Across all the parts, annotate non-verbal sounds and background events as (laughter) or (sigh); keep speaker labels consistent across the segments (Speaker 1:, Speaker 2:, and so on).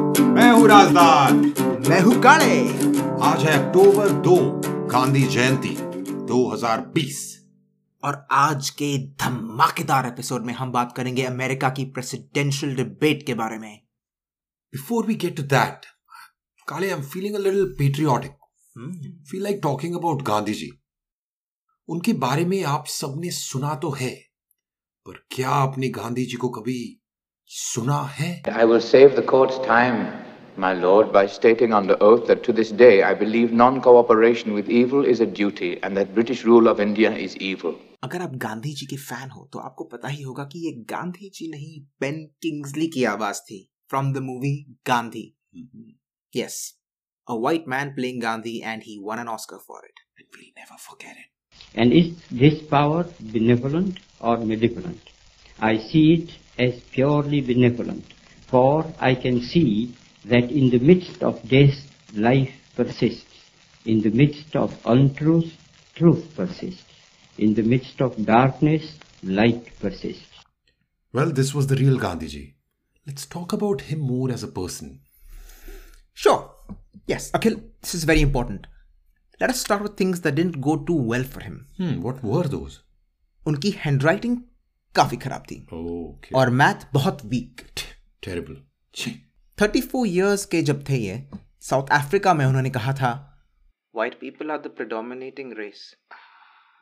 Speaker 1: हूँ राजदार
Speaker 2: मैं हूँ काले
Speaker 1: आज है अक्टूबर दो गांधी जयंती 2020
Speaker 2: और आज के धमाकेदार एपिसोड में हम बात करेंगे अमेरिका की प्रेसिडेंशियल डिबेट के बारे में
Speaker 1: before we get to that Kale I am feeling a little patriotic
Speaker 2: hmm,
Speaker 1: feel like talking about Gandhi ji उनके बारे में आप सबने सुना तो है पर क्या आपने गांधी जी को कभी सुना है
Speaker 3: I will save the court's time, my lord, by stating under oath that to this day I believe non cooperation with evil is a duty and that British rule of India is evil.
Speaker 2: अगर आप गांधी जी के fan हो तो आपको पता ही होगा कि ये गांधी जी नहीं बेन किंग्सली की आवाज थी from the movie Gandhi yes a white man playing Gandhi and he won an Oscar for it
Speaker 1: we'll never forget it
Speaker 4: And is this power benevolent or malevolent? I see it as purely benevolent, for I can see that in the midst of death, life persists. In the midst of untruth, truth persists. In the midst of darkness, light persists.
Speaker 1: well this was the real gandhi ji let's talk about him more as a person
Speaker 2: sure yes Akhil this is very important let us start with things that didn't go too well for him
Speaker 1: hmm what were those
Speaker 2: उनकी handwriting काफी खराब थी
Speaker 1: okay
Speaker 2: और math बहुत weak
Speaker 1: terrible Chee.
Speaker 2: Thirty four years के जब थे ये साउथ अफ्रीका में उन्होंने कहा था white people are the predominating race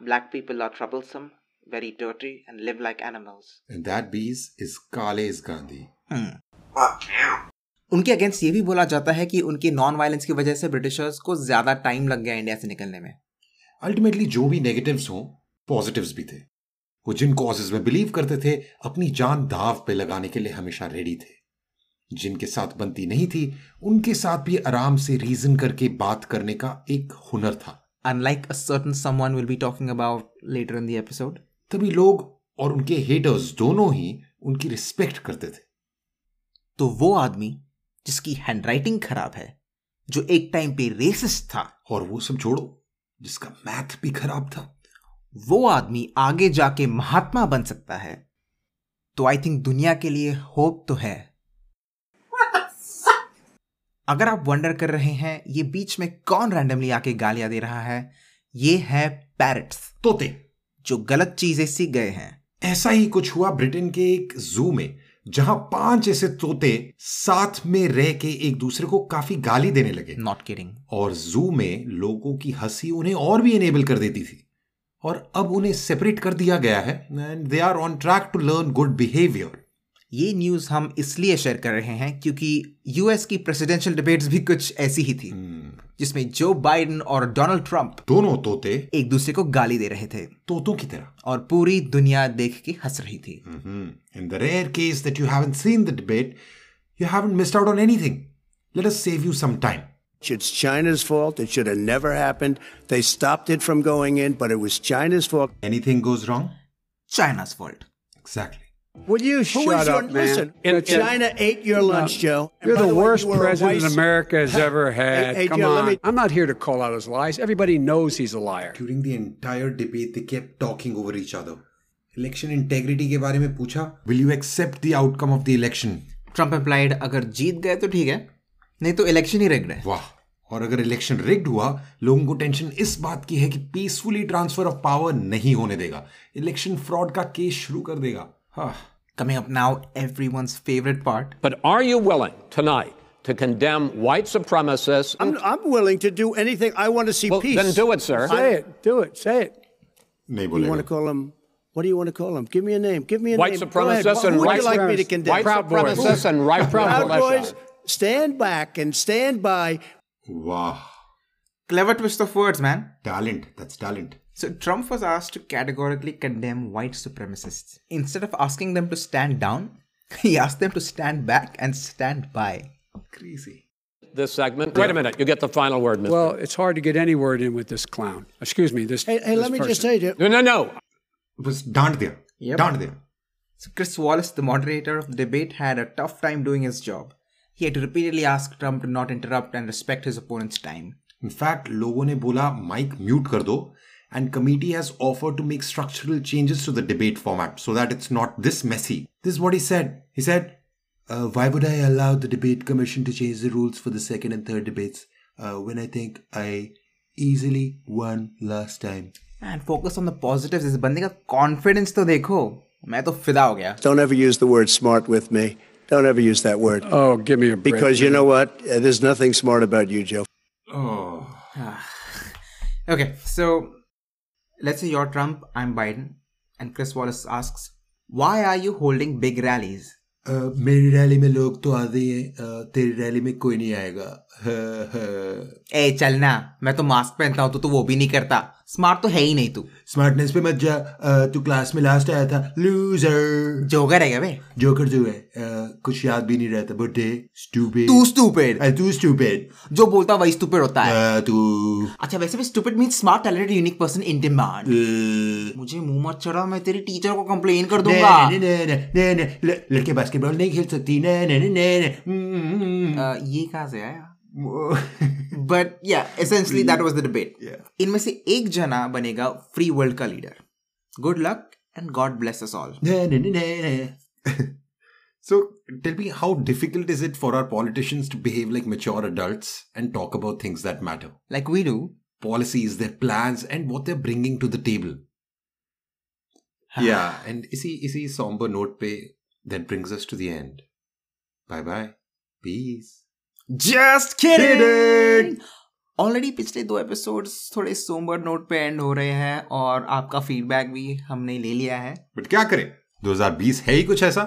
Speaker 2: black people are troublesome very dirty and live like animals
Speaker 1: and that bees is kale's gandhi
Speaker 2: Hmm. उनके against ये भी बोला जाता है कि उनकी नॉन वायलेंस की वजह से ब्रिटिशर्स को ज्यादा टाइम लग गया इंडिया से निकलने में
Speaker 1: अल्टीमेटली जो भी नेगेटिव्स हों पॉजिटिव्स भी थे वो जिन कॉजेज में बिलीव करते थे अपनी जान दाव पे लगाने के लिए हमेशा रेडी थे जिनके साथ बनती नहीं थी उनके साथ भी आराम से रीजन करके बात करने का एक हुनर था
Speaker 2: unlike a certain someone will be talking about later in the episode
Speaker 1: तभी लोग और उनके हेटर्स दोनों ही उनकी रिस्पेक्ट करते थे
Speaker 2: तो वो आदमी जिसकी हैंडराइटिंग खराब है जो एक टाइम पे रेसिस्ट था
Speaker 1: और वो सब छोड़ो जिसका मैथ भी खराब था
Speaker 2: वो आदमी आगे जाके महात्मा बन सकता है तो आई थिंक दुनिया के लिए होप तो है अगर आप वंडर कर रहे हैं ये बीच में कौन रैंडमली आके गालियां दे रहा है ये है पैरट्स
Speaker 1: तोते
Speaker 2: जो गलत चीजें सीख गए हैं
Speaker 1: ऐसा ही कुछ हुआ ब्रिटेन के एक जू में जहां पांच ऐसे तोते साथ में रह के एक दूसरे को काफी गाली देने लगे
Speaker 2: नॉट किडिंग
Speaker 1: और जू में लोगों की हंसी उन्हें और भी एनेबल कर देती थी और अब उन्हें सेपरेट कर दिया गया है and they are on track to learn good behaviour
Speaker 2: ये न्यूज हम इसलिए शेयर कर रहे हैं क्योंकि यूएस की प्रेसिडेंशियल डिबेट्स भी कुछ ऐसी ही थी जिसमें जो बाइडेन और डोनाल्ड ट्रंप
Speaker 1: दोनों तोते
Speaker 2: एक दूसरे को गाली दे रहे थे
Speaker 1: तोतों की तरह
Speaker 2: और पूरी दुनिया देख के हंस रही थी
Speaker 1: In the rare case that you haven't seen the debate, you haven't missed out on anything. Let us save you some time.
Speaker 5: It's China's fault. It should have never happened. They stopped it from going in, but it was China's fault.
Speaker 1: Anything goes wrong?
Speaker 2: China's fault.
Speaker 1: Exactly.
Speaker 5: Will you shut up, man? Listen,
Speaker 6: And-
Speaker 5: China ate your lunch, Joe. And
Speaker 6: You're
Speaker 5: by
Speaker 6: the,
Speaker 5: way,
Speaker 6: worst
Speaker 5: you were a
Speaker 6: president
Speaker 5: vice-
Speaker 6: America
Speaker 5: (laughs)
Speaker 6: has ever
Speaker 5: Hey,
Speaker 6: had.
Speaker 5: hey,
Speaker 6: Come
Speaker 5: Joe, let
Speaker 6: on.
Speaker 5: me-
Speaker 6: I'm not here to call out his lies. Everybody knows he's a liar.
Speaker 1: During the entire debate, they kept talking over each other. Election integrity के बारे में पूछा Will you accept the outcome of the election?
Speaker 2: Trump employed अगर जीत गए तो ठीक है नहीं तो इलेक्शन ही रिग्ड है
Speaker 1: वाह Oh. और अगर इलेक्शन रिग्ड हुआ लोगों को टेंशन इस बात की है कि पीसफुली ट्रांसफर ऑफ पावर नहीं होने देगा इलेक्शन फ्रॉड का केस शुरू कर देगा हाँ
Speaker 2: coming up now everyone's favourite part
Speaker 7: But are you willing tonight to condemn white supremacists?
Speaker 5: I'm, I'm willing to do anything. I want to see
Speaker 7: well,
Speaker 5: peace.
Speaker 7: then do it, sir.
Speaker 6: Say it. Do it. Say it.
Speaker 1: नहीं
Speaker 5: You want to call him? What do you want to call him? Give me a name. Give me a
Speaker 7: White
Speaker 5: name. Go ahead.
Speaker 7: supremacists
Speaker 5: Who
Speaker 7: and
Speaker 5: would
Speaker 7: white
Speaker 5: you like me to
Speaker 6: supremacists.
Speaker 5: condemn?
Speaker 7: White
Speaker 6: Proud Boys.
Speaker 7: supremists and right
Speaker 5: Proud
Speaker 7: militia.
Speaker 5: boys, stand back and stand by.
Speaker 1: वाह
Speaker 2: clever twist of words man
Speaker 1: talent that's talent
Speaker 2: So Trump was asked to categorically condemn white supremacists. Instead of asking them to stand down, (laughs) he asked them to stand back and stand by.
Speaker 1: Crazy
Speaker 7: This segment. Wait a minute. You get the final word, Mr.
Speaker 6: Well, it's hard to get any word in with this clown. Excuse me. This.
Speaker 5: Hey, hey
Speaker 6: this
Speaker 5: let me just
Speaker 6: person.
Speaker 5: say to
Speaker 7: no, no, no.
Speaker 1: बस डांट दिया
Speaker 2: Yep.
Speaker 1: डांट दिया
Speaker 2: So Chris Wallace, the moderator of the debate, had a tough time doing his job. He had to repeatedly ask Trump to not interrupt and respect his opponent's time.
Speaker 1: In fact लोगों ने बोला mic mute कर दो and committee has offer to make structural changes to the debate format so that it's not this messy this what he said he said
Speaker 8: Uh, why would I allow the debate commission to change the rules for the second and third debates uh, when I think I easily won last time?
Speaker 2: And focus on the positives इस बंदे का confidence तो देखो मैं तो फिदा हो गया
Speaker 5: Don't ever use the word smart with me. Don't ever use that word.
Speaker 6: Oh, give me a break.
Speaker 5: Because you know what? Uh, There's nothing smart about you, Joe.
Speaker 2: Ah. Okay, so let's say you're Trump, I'm Biden, and Chris Wallace asks, Why are you holding big rallies?
Speaker 8: Uh, मेरी rally में लोग तो आते ही हैं uh, तेरी rally में कोई नहीं आएगा (laughs)
Speaker 2: ए चलना मैं तो मास्क पहनता हूँ तो तू वो भी नहीं करता स्मार्ट तो है ही नहीं तू
Speaker 8: स्मार्टनेस पे मत जा uh, तू क्लास में लास्ट आया था लूजर
Speaker 2: जोगर है क्या बे
Speaker 8: जोकर जो है uh, कुछ याद भी नहीं रहता बर्थडे स्टूपिड
Speaker 2: तू स्टूपिड
Speaker 8: तू स्टूपिड
Speaker 2: जो बोलता वही स्टूपिड होता है
Speaker 8: तू
Speaker 2: अच्छा वैसे भी stupid mean smart talented unique person in demand
Speaker 8: uh,
Speaker 2: मुझे मुंह मत चढ़ा मैं तेरी टीचर को कंप्लेन कर
Speaker 8: नहीं,
Speaker 2: दूंगा
Speaker 8: नहीं, नहीं, नहीं, नहीं, नहीं, ल- लड़के बास्केटबॉल नहीं खेल सकती नहीं, नहीं, नहीं, नहीं, नहीं,
Speaker 2: अ, ये कहाँ से आया
Speaker 8: (laughs) hmm.
Speaker 2: But yeah essentially that was the debate इनमें से एक जना बनेगा फ्री वर्ल्ड का leader good luck and God bless us all
Speaker 8: नहीं, नहीं, नहीं, नहीं, नहीं।
Speaker 1: So tell me, how difficult is it for our politicians to behave like mature adults and talk about things that matter?
Speaker 2: like we do.
Speaker 1: Policies, their plans, and what they're bringing to the table. yeah, and isi isi somber note pe that brings us to the end. Bye bye. Peace.
Speaker 2: Just kidding! Already पिछले दो episodes थोड़े sombre note पे end हो रहे हैं और आपका feedback भी हमने ले लिया है
Speaker 1: बट क्या करें 2020 है ही कुछ ऐसा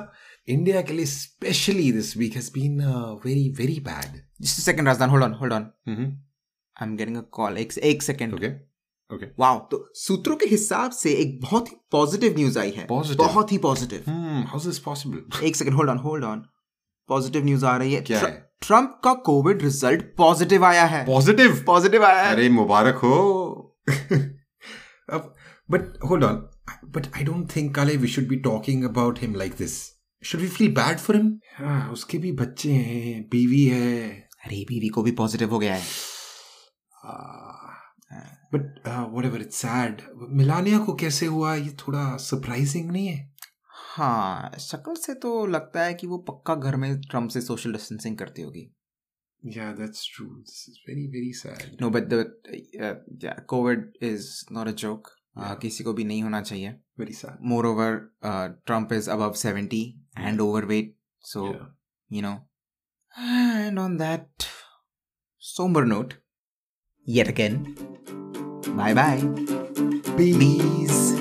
Speaker 1: इंडिया के लिए specially this week has been very very bad
Speaker 2: just second Razdan hold on hold on
Speaker 1: Mm-hmm.
Speaker 2: I am getting a call एक एक सेकंड
Speaker 1: ओके
Speaker 2: वाओ तो सूत्रों के हिसाब से एक बहुत ही पॉजिटिव न्यूज आई है
Speaker 1: Positive?
Speaker 2: बहुत ही positive
Speaker 1: how is this (laughs) possible
Speaker 2: एक second hold on hold on positive news आ रही है
Speaker 1: क्या
Speaker 2: ट्र-
Speaker 1: है?
Speaker 2: ट्रंप का कोविड रिजल्ट पॉजिटिव आया है
Speaker 1: पॉजिटिव
Speaker 2: पॉजिटिव आया है
Speaker 1: अरे मुबारक (laughs) हो but hold on but I don't think काले we should be talking about him like this should we feel bad for him हाँ उसके भी बच्चे हैं बीवी है
Speaker 2: अरे बीवी को भी पॉजिटिव हो गया है
Speaker 1: Ah. But whatever it's sad Melania को कैसे हुआ ये थोड़ा सरप्राइजिंग नहीं है
Speaker 2: हाँ शक्ल से तो लगता है कि वो पक्का घर में ट्रम्प से सोशल डिस्टेंसिंग करती होगी
Speaker 1: Yeah, that's true. This is very, very sad.
Speaker 2: No but the covid is not a joke Uh, किसी को भी नहीं होना चाहिए
Speaker 1: Very sad.
Speaker 2: Moreover Trump is above seventy and overweight so
Speaker 1: Yeah.
Speaker 2: You know and on that Somer note yet again bye bye please